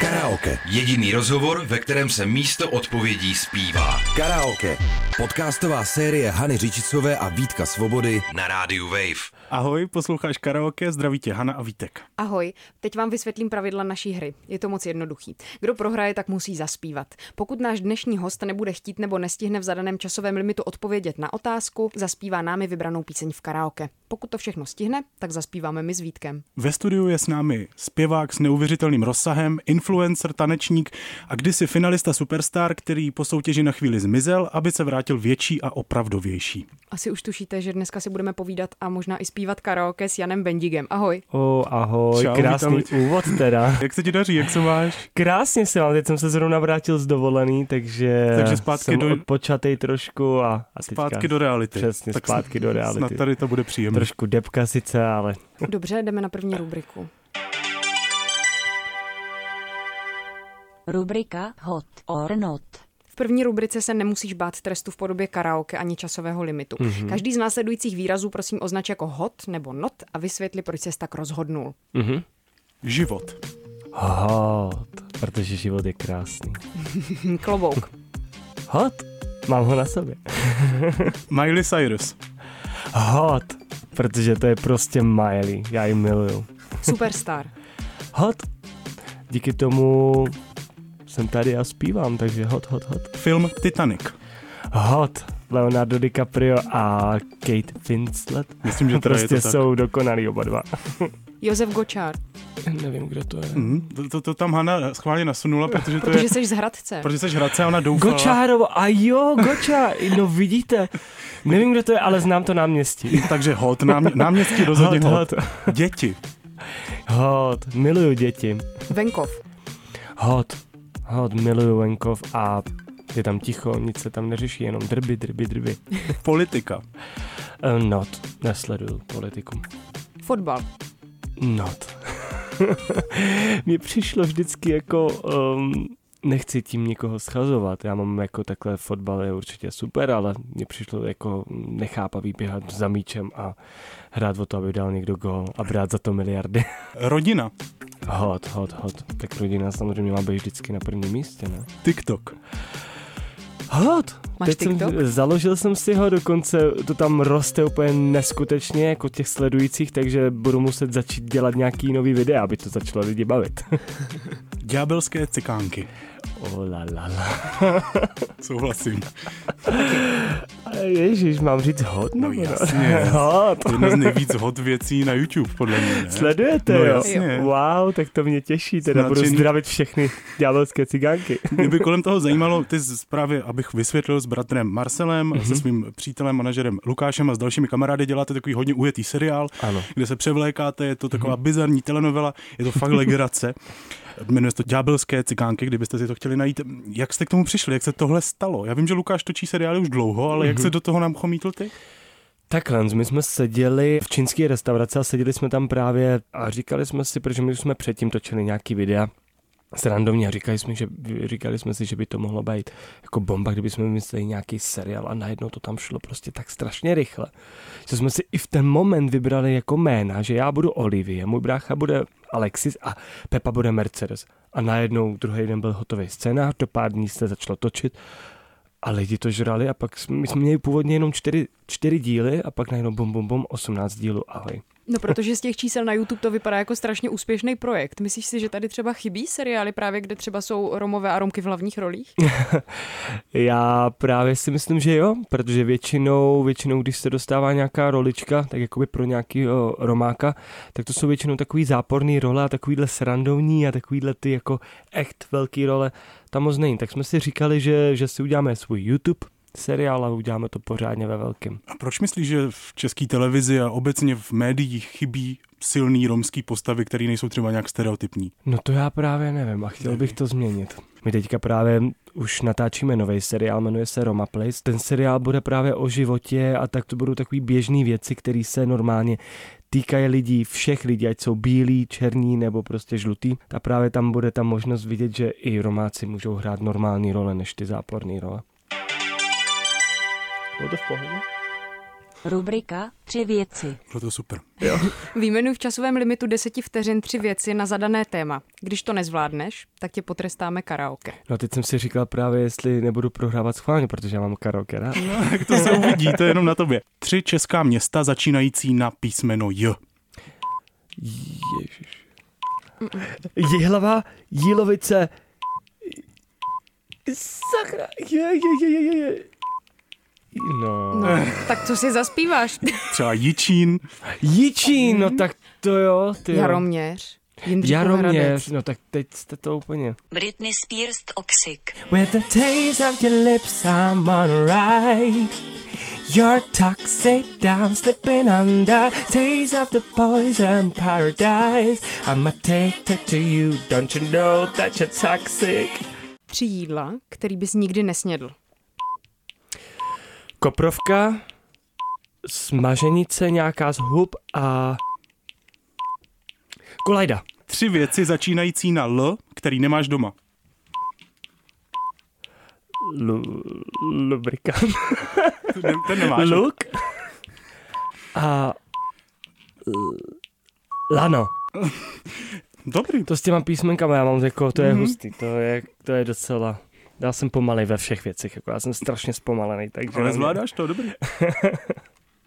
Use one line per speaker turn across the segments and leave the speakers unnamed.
Karaoke.
Jediný rozhovor, ve kterém se místo odpovědí zpívá.
Karaoke. Podcastová série Hany Řičicové a Vítka Svobody.
Na rádiu Wave.
Ahoj, posloucháš karaoke, zdraví tě Hana a Vítek.
Ahoj, teď vám vysvětlím pravidla naší hry. Je to moc jednoduchý. Kdo prohraje, tak musí zaspívat. Pokud náš dnešní host nebude chtít nebo nestihne v zadaném časovém limitu odpovědět na otázku, zaspívá námi vybranou píseň v karaoke. Pokud to všechno stihne, tak zaspíváme my s Vítkem.
Ve studiu je s námi zpěvák s neuvěřitelným rozsahem, influencer, tanečník a kdysi finalista Superstar, který po soutěži na chvíli zmizel, aby se vrátil větší a opravdovější.
Asi už tušíte, že dneska si budeme povídat a možná i zpívat karaoke s Janem Bendigem. Ahoj.
O, ahoj,
Čau,
Čau, krásný
vítám
úvod teda.
Jak se ti daří, jak se máš?
Krásně se vám, teď jsem se zrovna vrátil z dovolený, takže,
Takže zpátky
jsem
do-
odpočatej trošku a, a teďka
Zpátky do reality.
Přesně,
Tak
zpátky do reality.
Snad tady to bude příjemné.
trošku depka sice, ale
Dobře, jdeme na první rubriku.
Rubrika Hot or Not.
V první rubrice se nemusíš bát trestu v podobě karaoke ani časového limitu. Mm-hmm. Každý z následujících výrazů prosím označ jako hot nebo not a vysvětli, proč ses tak rozhodnul.
Mhm. Život.
hot, protože život je krásný.
Hm, Klobouk.
Hot, mám ho na sobě.
Miley Cyrus.
Hot, protože to je prostě Miley, já ji miluju.
Superstar.
Hot, díky tomu jsem tady a zpívám, takže hot, hot, hot.
Film Titanic.
Hot Leonardo DiCaprio a Kate Winslet.
Myslím, že teda
prostě
je to tak.
jsou dokonalí oba dva.
Josef Gočár.
Nevím, kdo to je.
Hm, to, to, to, tam Hana schválně nasunula, protože to je...
Protože jsi z Hradce.
Protože jsi Hradce a ona doufala.
Gočárovo, a jo, Goča, no vidíte. Nevím, kdo to je, ale znám to náměstí.
Takže hot, nám, náměstí rozhodně hot,
hot.
Děti.
Hot, miluju děti.
Venkov.
Hot, hot, miluju venkov a je tam ticho, nic se tam neřeší, jenom drby, drby, drby.
Politika.
Uh, not, nesleduju politiku.
Fotbal.
Not. No Mně přišlo vždycky jako, um, nechci tím nikoho schazovat, já mám jako takhle fotbal je určitě super, ale mně přišlo jako nechápavý běhat za míčem a hrát o to, aby dal někdo gol a brát za to miliardy.
Rodina.
hot, hot, hot. Tak rodina samozřejmě má být vždycky na prvním místě, ne?
TikTok.
Hot!
Máš
Teď jsem,
TikTok?
založil jsem si ho, dokonce to tam roste úplně neskutečně, jako těch sledujících, takže budu muset začít dělat nějaký nový videa, aby to začalo lidi bavit.
Ďábelské cikánky.
Oh, la, la, la.
Souhlasím.
Ježíš, mám říct hot?
No
nebo ne?
jasně.
Hot.
Jedna z nejvíc hot věcí na YouTube, podle mě. Ne?
Sledujete,
No
jo?
jasně.
Wow, tak to mě těší, teda
Jsem
budu
nadšený.
zdravit všechny ďábelské cigánky.
Mě by kolem toho zajímalo, ty jsi právě, abych vysvětlil s bratrem Marcelem, mm-hmm. se svým přítelem, manažerem Lukášem a s dalšími kamarády děláte takový hodně ujetý seriál,
Ano.
kde se převlékáte, je to taková mm-hmm. bizarní telenovela, je to fakt legrace. Jmenuje se to Ďábelské cikánky, kdybyste si to chtěli najít. Jak jste k tomu přišli, jak se tohle stalo? Já vím, že Lukáš točí seriály už dlouho, ale mm-hmm. jak se do toho nám chomítl ty?
Takhle, my jsme seděli v čínské restauraci a seděli jsme tam právě a říkali jsme si, protože my už jsme předtím točili nějaký videa, srandovně a říkali jsme, že, říkali jsme si, že by to mohlo být jako bomba, kdyby jsme vymysleli nějaký seriál a najednou to tam šlo prostě tak strašně rychle. Že jsme si i v ten moment vybrali jako jména, že já budu Olivie, můj brácha bude Alexis a Pepa bude Mercedes. A najednou druhý den byl hotový scénář, do pár dní se začalo točit a lidi to žrali a pak jsme, my jsme měli původně jenom čtyři, čtyři díly a pak najednou bum bum bum 18 dílů, ahoj.
No, protože z těch čísel na YouTube to vypadá jako strašně úspěšný projekt. Myslíš si, že tady třeba chybí seriály právě, kde třeba jsou Romové a Romky v hlavních rolích?
Já právě si myslím, že jo, protože většinou, většinou když se dostává nějaká rolička, tak jakoby pro nějakýho romáka, tak to jsou většinou takový záporný role a takovýhle srandovní a takovýhle ty jako echt velký role, tam moc není. Tak jsme si říkali, že, že si uděláme svůj YouTube seriál a uděláme to pořádně ve velkém.
A proč myslíš, že v české televizi a obecně v médiích chybí silný romský postavy, které nejsou třeba nějak stereotypní?
No to já právě nevím a chtěl bych to změnit. My teďka právě už natáčíme nový seriál, jmenuje se Roma Place. Ten seriál bude právě o životě a tak to budou takové běžné věci, které se normálně týkají lidí, všech lidí, ať jsou bílí, černí nebo prostě žlutý. A právě tam bude ta možnost vidět, že i Romáci můžou hrát normální role než ty záporné role. Bylo to v pohodě?
Rubrika Tři věci.
Bylo to super.
Výjmenuj v časovém limitu 10 vteřin tři věci na zadané téma. Když to nezvládneš, tak tě potrestáme karaoke.
No teď jsem si říkal právě, jestli nebudu prohrávat schválně, protože já mám karaoke rád.
Tak to se uvidí, to je jenom na tobě. Tři česká města začínající na písmeno J.
Ježiš. Jihlava, Jílovice. Sakra. Je, je, je, je, je, je. No.
No, tak co si zaspíváš?
Třeba Jičín.
Jičín, no tak to jo. Ty jo.
Jaroměř. Jindřichův Hradec.
Jaroměř, no tak teď jste to úplně.
Britney Spears Toxic.
With the taste of your lips, I'm on a ride. You're toxic, down slipping under. Taste of the poison paradise. I'm addicted to you, don't you know that you're toxic?
Tři jídla, který bys nikdy nesnědl.
Koprovka, smaženice nějaká z hub a... Kolajda.
Tři věci začínající na L, který nemáš doma.
Lu- lubrikant.
Ten, ten nemáš.
Luk. A... l- Lano.
Dobrý.
To s těma písmenkama já mám jako, to je mm-hmm. hustý, to je, to je docela... Já jsem pomalej ve všech věcech, jako já jsem strašně zpomalený, takže...
Ale zvládáš to, dobrý.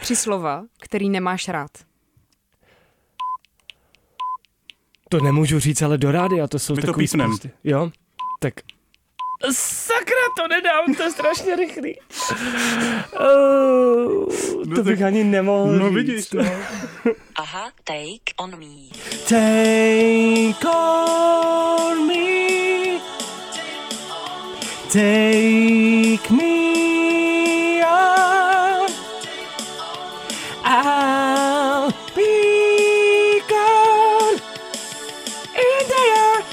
Tři slova, který nemáš rád.
To nemůžu říct, ale do rády, a to jsou
My to
takový
pípnem.
spousty. Jo? Tak... Sakra, to nedám, to je strašně rychlý. Oh,
No
to
tak-
bych ani nemohl
No
říct.
vidíš to.
Aha, take on me.
Take on me. Take me on. I'll be gone in the air.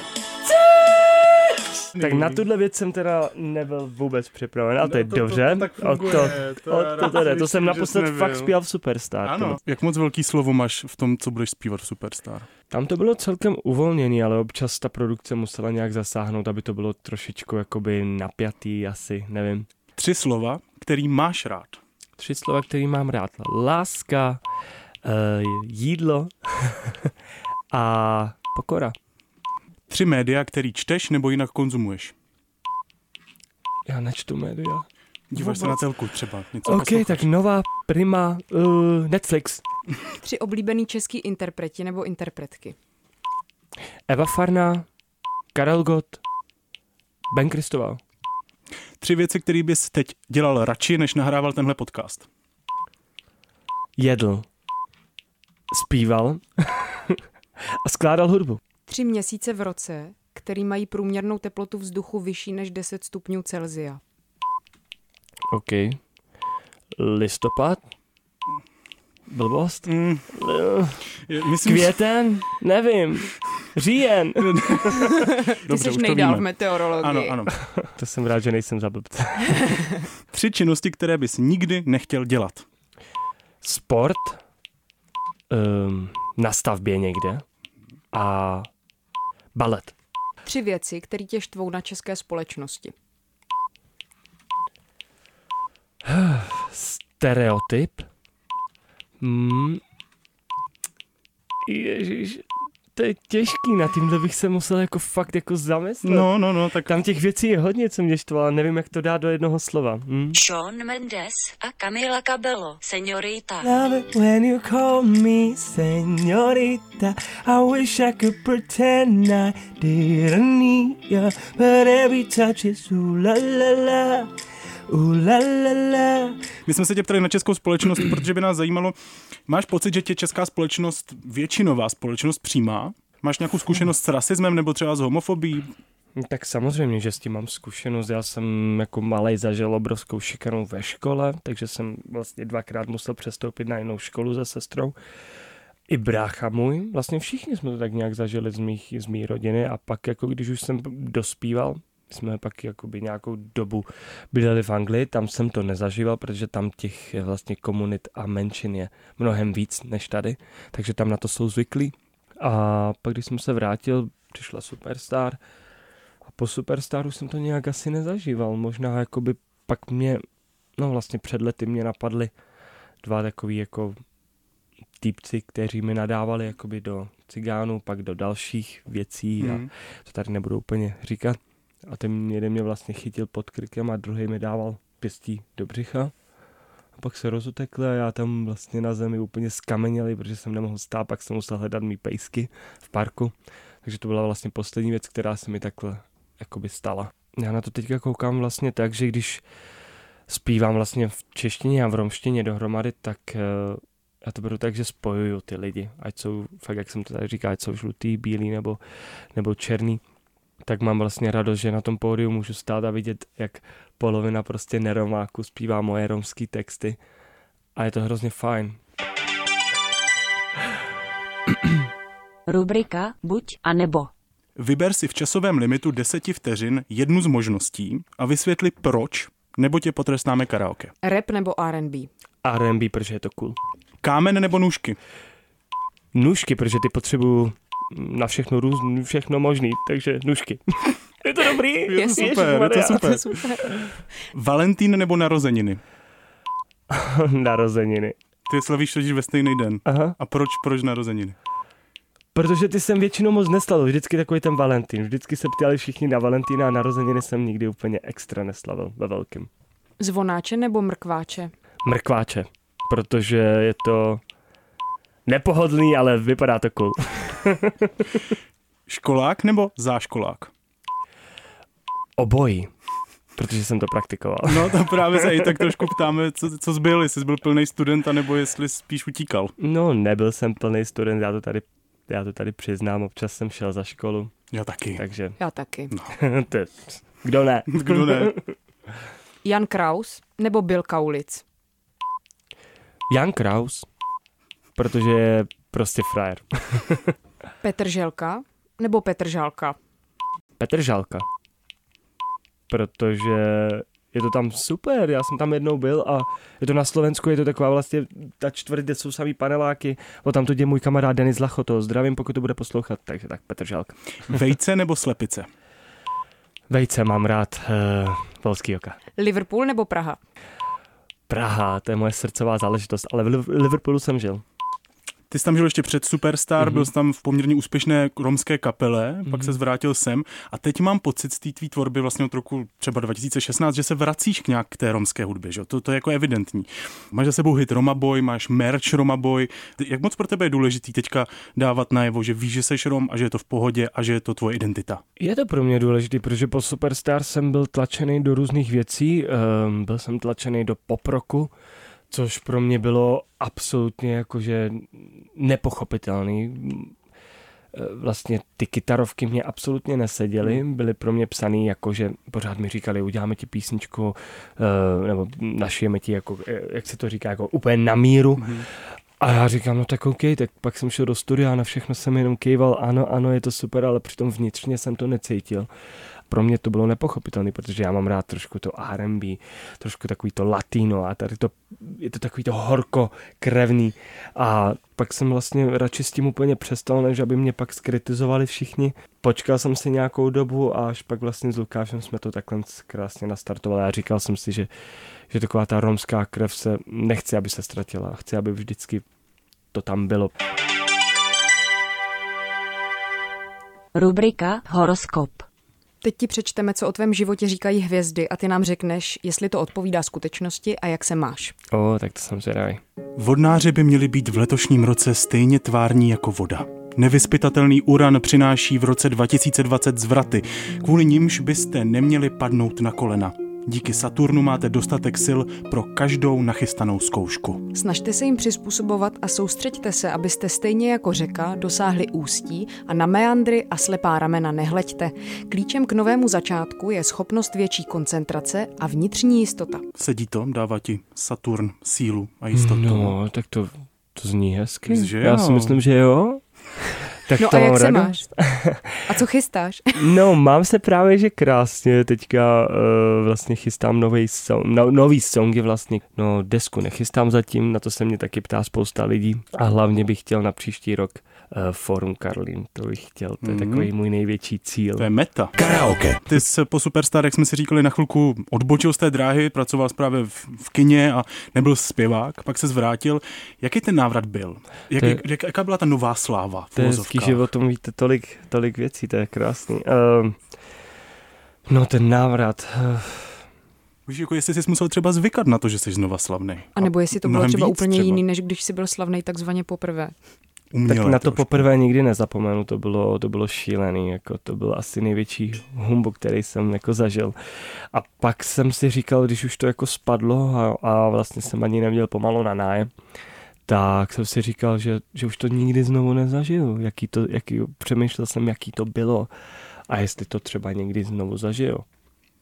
Tak na tuhle věc jsem teda nebyl vůbec připraven, a to je
No, to- to-
dobře.
to tak
O
funguje, to
to, o
já
to, teda,
rád slyším, že
to jsem
jsi
naposled fakt
nebyl.
zpíval v Superstar. to
Ano. Jak moc velký slovo máš v tom, co budeš zpívat v Superstar?
tam to bylo celkem uvolněný, ale občas ta produkce musela nějak zasáhnout, aby to bylo trošičku jakoby napjatý asi, nevím.
Tři slova, který máš rád.
Tři slova, který mám rád. Láska, eh, jídlo a pokora.
Tři média, který čteš nebo jinak konzumuješ.
Já načtu média.
Díváš se na telku třeba. Něco
OK,
posloucháš.
tak nová prima uh, Netflix.
Tři oblíbený český interpreti nebo interpretky.
Eva Farná, Karel Gott, Ben Kristoval.
Tři věci, které bys teď dělal radši, než nahrával tenhle podcast.
Jedl, zpíval a skládal hudbu.
Tři měsíce v roce, který mají průměrnou teplotu vzduchu vyšší než 10 stupňů Celzia.
OK. Listopad? Blbost?
Mm, je- myslím, že-
Květen? Nevím. Říjen.
Ty
Dobře,
jsi
už to
nejdál v
víme.
meteorologii.
Ano, ano.
To jsem rád, že nejsem za blbce.
Tři činnosti, které bys nikdy nechtěl dělat.
Sport? Um, na stavbě někde. A balet.
Tři věci, které tě štvou na české společnosti.
Stereotyp? Mm. Ježíš, to je těžký, na tímhle bych se musel jako fakt jako zamyslet.
No, no, no, tak
Tam těch věcí je hodně, co mě štvalo, ale nevím, jak to dá do jednoho slova. Hm?
Sean Mendes a Camila Cabello, Senorita.
Love it when you call me señorita. I wish I could pretend I didn't need ya, but every touch is ooh la la la, ooh la la la.
my jsme se tě ptali na českou společnost, protože by nás zajímalo, máš pocit, že tě česká společnost, většinová společnost přijímá? Máš nějakou zkušenost s rasismem nebo třeba s homofobií?
Hm, Tak samozřejmě, že s tím mám zkušenost. Já jsem jako malej zažil obrovskou šikanu ve škole, takže jsem vlastně dvakrát musel přestoupit na jinou školu se sestrou. I brácha můj, vlastně všichni jsme to tak nějak zažili z, mých, z mý rodiny a pak jako když už jsem dospíval, jsme pak jakoby nějakou dobu bydleli v Anglii, tam jsem to nezažíval, protože tam těch eh, vlastně komunit a menšin je mnohem víc než tady, takže tam na to jsou zvyklí. A pak když jsem se vrátil, přišla Superstar, a po Superstaru jsem to nějak asi nezažíval. Možná jakoby pak mě, no vlastně před lety mě napadly dva takový jako týpci, kteří mi nadávali jakoby do cigánů, pak do dalších věcí a
Mhm.
to tady nebudu úplně říkat. A ten jeden mě vlastně chytil pod krkem a druhý mi dával pěstí do břicha. A pak se rozutekli a já tam vlastně na zemi úplně skameněli, protože jsem nemohl stát, pak jsem musel hledat mý pejsky v parku. Takže to byla vlastně poslední věc, která se mi takhle jakoby stala. Já na to teďka koukám vlastně tak, že když zpívám vlastně v češtině a v romštině dohromady, tak eh, já to beru tak, že spojuju ty lidi, ať jsou, fakt jak jsem to tady říkal, ať jsou žlutý, bílý nebo, nebo černý, tak mám vlastně radost, že na tom pódiu můžu stát a vidět, jak polovina prostě neromáku zpívá moje romský texty a je to hrozně fajn.
Rubrika buď a nebo.
Vyber si v časovém limitu 10 vteřin jednu z možností a vysvětli proč, nebo tě potrestáme karaoke.
Rap nebo R&B?
R&B, protože je to cool.
Kámen nebo nůžky?
Nůžky, protože ty potřebuju na všechno různý, všechno možný, takže nůžky. je to dobrý?
Je to super, je to super. Valentín nebo narozeniny?
Narozeniny.
Ty slavíš totiž ve stejný den.
Aha.
A proč, proč narozeniny?
Protože ty jsem většinou moc neslavil, vždycky takový ten Valentín. Vždycky se ptali všichni na Valentína a narozeniny jsem nikdy úplně extra neslavil ve velkým.
Zvonáče nebo mrkváče?
Mrkváče, protože je to nepohodlný, ale vypadá to cool.
Školák nebo záškolák?
Obojí, protože jsem to praktikoval.
No to právě se i tak trošku ptáme, co, co zbyl, jestli jsi byl plný student, anebo jestli spíš utíkal.
No, nebyl jsem plný student, já to tady já to tady přiznám, občas jsem šel za školu,
Já taky.
takže
Já taky.
No.
to, kdo ne?
Kdo ne?
Jan Kraus nebo Bill Kaulic?
Jan Kraus, protože je prostě frajer.
Petr Želka nebo Petr Žálka?
Petr Žálka. Protože je to tam super, já jsem tam jednou byl a je to na Slovensku, je to taková vlastně ta čtvrť, kde jsou samý paneláky. O tam to je můj kamarád Denis Lacho, toho zdravím, pokud to bude poslouchat, takže tak Petr Žálka.
Vejce nebo slepice?
Vejce mám rád, uh, polský oka.
Liverpool nebo Praha?
Praha, to je moje srdcová záležitost, ale v Liv- Liverpoolu jsem žil.
Ty jsi tam žil ještě před Superstar, mm-hmm. byl jsi tam v poměrně úspěšné romské kapele, mm-hmm. pak se zvrátil sem a teď mám pocit z té tvý tvorby vlastně od roku třeba 2016, že se vracíš k nějak k té romské hudbě, že? jo? To, to je jako evidentní. Máš za sebou hit Roma Boy, máš merch Roma Boy. Ty- Jak moc pro tebe je důležitý teďka dávat najevo, že víš, že jsi Rom a že je to v pohodě a že je to tvoje identita?
Je to pro mě důležité, protože po Superstar jsem byl tlačený do různých věcí, um, byl jsem tlačený do poproku, což pro mě bylo absolutně jakože nepochopitelný. Mm, eh, Vlastně ty kytarovky mě absolutně neseděly, byly pro mě psaný jakože pořád mi říkali, uděláme ti písničku, eh, nebo našijeme ti jako, eh, jak se to říká, jako úplně na míru. A já říkám, no tak OK, tak pak jsem šel do studia a na všechno jsem jenom kýval, ano, ano, je to super, ale přitom vnitřně jsem to necítil. Pro mě to bylo nepochopitelné, protože já mám rád trošku to R&B, trošku takový to latino a tady to, je to takový to horko, krevný. A pak jsem vlastně radši s tím úplně přestal, než aby mě pak skritizovali všichni. Počkal jsem si nějakou dobu a až pak vlastně s Lukášem jsme to takhle krásně nastartovali a říkal jsem si, že, že taková ta romská krev se nechci, aby se ztratila. Chci, aby vždycky to tam bylo.
Rubrika horoskop.
Teď ti přečteme, co o tvém životě říkají hvězdy a ty nám řekneš, jestli to odpovídá skutečnosti a jak se máš.
O, tak to jsem zvědavý.
Vodnáři by měli být v letošním roce stejně tvární jako voda. Nevyspytatelný uran přináší v roce 2020 zvraty, kvůli nimž byste neměli padnout na kolena. Díky Saturnu máte dostatek sil pro každou nachystanou zkoušku.
Snažte se jim přizpůsobovat a soustřeďte se, abyste stejně jako řeka dosáhli ústí a na meandry a slepá ramena nehleďte. Klíčem k novému začátku je schopnost větší koncentrace a vnitřní jistota.
Sedí to, dává ti Saturn sílu a jistotu.
No, tak to, to zní hezky.
Myslíš, že
Já
jo?
si myslím, že jo. Tak
No
to
a jak
mám
se
radost.
máš? A co chystáš?
No, mám se právě, že krásně. Teďka uh, vlastně chystám nový song, no, nový songy vlastně. No, desku nechystám zatím, na to se mě taky ptá spousta lidí. A hlavně bych chtěl na příští rok eh, Forum Karlín, to bych chtěl, to je takový můj největší cíl.
Mhm. To je meta.
Karaoke.
Ty jsi po Superstar, jak jsme si říkali, na chvilku odbočil z té dráhy, pracoval jsi právě v, v kině a nebyl zpěvák, pak se zvrátil. Jaký ten návrat byl? Jak,
To je-
jak, jak, jaká byla ta nová sláva v
To je hezký,
uvozovkách?
že o tom víte tolik, tolik věcí, to je krásný. Ehm, no ten návrat, eh,
Víš, jako jestli jsi musel třeba zvykat na to, že jsi znova slavný.
A nebo jestli to bylo
mnohem
třeba
víc
úplně
třeba.
jiný, než když jsi byl slavný takzvaně poprvé.
Uměle
tak na to
trošku.
poprvé nikdy nezapomenu, to bylo, to bylo šílený, jako to byl asi největší humbuk, který jsem jako zažil. A pak jsem si říkal, když už to jako spadlo a, a vlastně jsem ani neměl pomalu na nájem, tak jsem si říkal, že, že už to nikdy znovu nezažiju. Jaký to, jaký, přemýšlel jsem, jaký to bylo a jestli to třeba někdy znovu zažiju.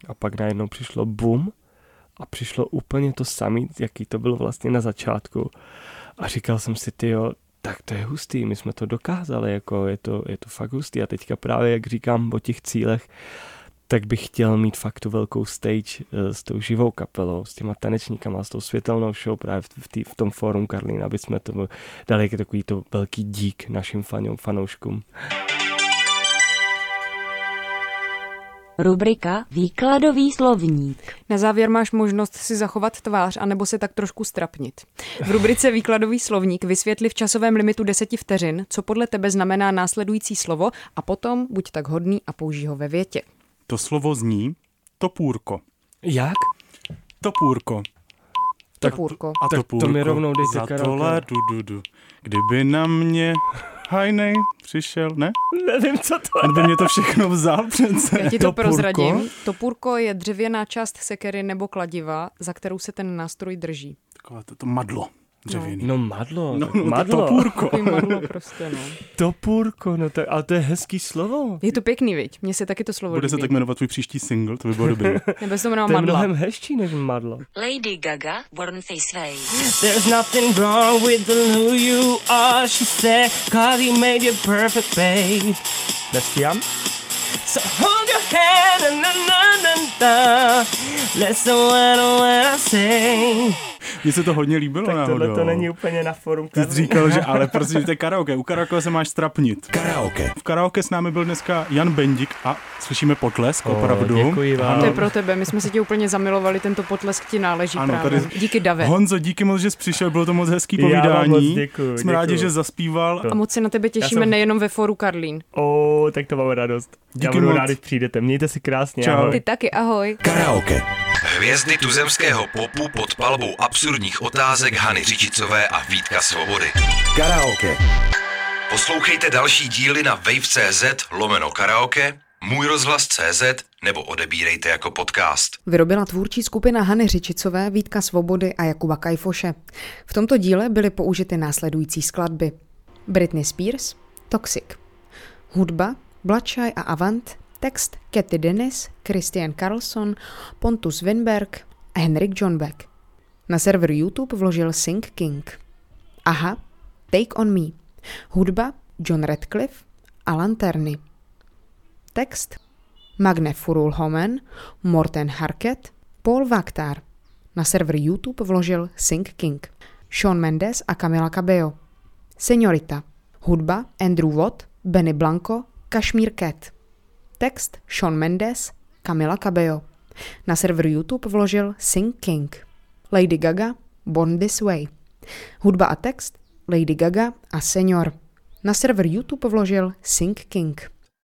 A pak najednou přišlo bum a přišlo úplně to samé, jaký to bylo vlastně na začátku. A říkal jsem si, ty jo, tak to je hustý, my jsme to dokázali, jako je to, je to fakt hustý. A teďka právě, jak říkám o těch cílech, tak bych chtěl mít fakt tu velkou stage eh, s tou živou kapelou, s těma tanečníkama, s tou světelnou show právě v, v, tý, v tom fórum Karlín, aby jsme tomu dali jako takový to velký dík našim fanou, fanouškům.
Rubrika Výkladový slovník.
Na závěr máš možnost si zachovat tvář anebo se tak trošku strapnit. V rubrice Výkladový slovník vysvětli v časovém limitu 10 vteřin, co podle tebe znamená následující slovo a potom buď tak hodný a použij ho ve větě.
To slovo zní topůrko.
Jak?
Topůrko.
Topůrko.
A
Tak to
topůrko.
mi rovnou dejte,
Za
Karolko.
tohle du, du, du. Kdyby na mě hajnej přišel, ne?
Nevím, co to
On by mě to všechno vzal přece.
Já ti to prozradím. Topůrko je dřevěná část sekery nebo kladiva, za kterou se ten nástroj drží.
Takové to, to madlo dřevěný.
No madlo,
No, no, to
madlo,
topůrko.
Takový marlo prostě, no.
topůrko, no tak, ale to je hezký slovo.
Je to pěkný, viď? Mně se taky to slovo
Bude se
líbí.
tak jmenovat tvůj příští single, to by bylo dobrý.
Nebo se to jmenová
To
madla.
je mnohem hezčí než madlo.
Lady Gaga, Born This Way.
There's nothing wrong with the who you are, she said, cause you made you perfect, babe. Nestíhám? So hold your head and na na na na Listen when, when I say
Mně se to hodně líbilo
Tak
náhodou.
tohle to není úplně na forum.
Ty jsi říkal, že ale prostě že to je karaoke. U karaoke se máš strapnit.
Karaoke.
V karaoke s námi byl dneska Jan Bendik a slyšíme potlesk, opravdu.
děkuji vám.
Ano.
To je pro tebe, my jsme se ti úplně zamilovali, tento potlesk ti náleží
Ano,
právě.
tady-
Díky Dave.
Honzo, díky moc, že jsi přišel, bylo to moc hezký
Já vám
povídání.
moc děkuju,
Jsme rádi,
děkuju.
že zaspíval.
A moc se na tebe těšíme
jsem-
nejenom ve foru Karlín.
O, tak to mám radost. Já
Díky
budu
moc.
rád, když přijdete. Mějte si krásně.
Čau.
ahoj.
Ty taky, ahoj.
Karaoke.
Hvězdy tuzemského popu pod palbou absurdních otázek Hany Řičicové a Vítka Svobody.
Karaoke.
Poslouchejte další díly na wave.cz lomeno karaoke, můj rozhlas.cz nebo odebírejte jako podcast.
Vyrobila tvůrčí skupina Hany Řičicové, Vítka Svobody a Jakuba Kajfoše. V tomto díle byly použity následující skladby. Britney Spears, Toxic. Hudba, Blačaj a Avant, text Katy Dennis, Christian Carlson, Pontus Winberg a Henrik John Beck. Na server YouTube vložil Sing King. Aha, Take on Me. Hudba John Radcliffe a Lanterny. Text Magne Furulhomen, Morten Harket, Paul Vaktar. Na server YouTube vložil Sing King. Sean Mendes a Camila Cabello. Seniorita. Hudba Andrew Watt, Benny Blanco, Kashmir Cat. Text Sean Mendes, Camila Cabello. Na server YouTube vložil Sing King. Lady Gaga, Born This Way. Hudba a text Lady Gaga a Senior. Na server YouTube vložil Sing King.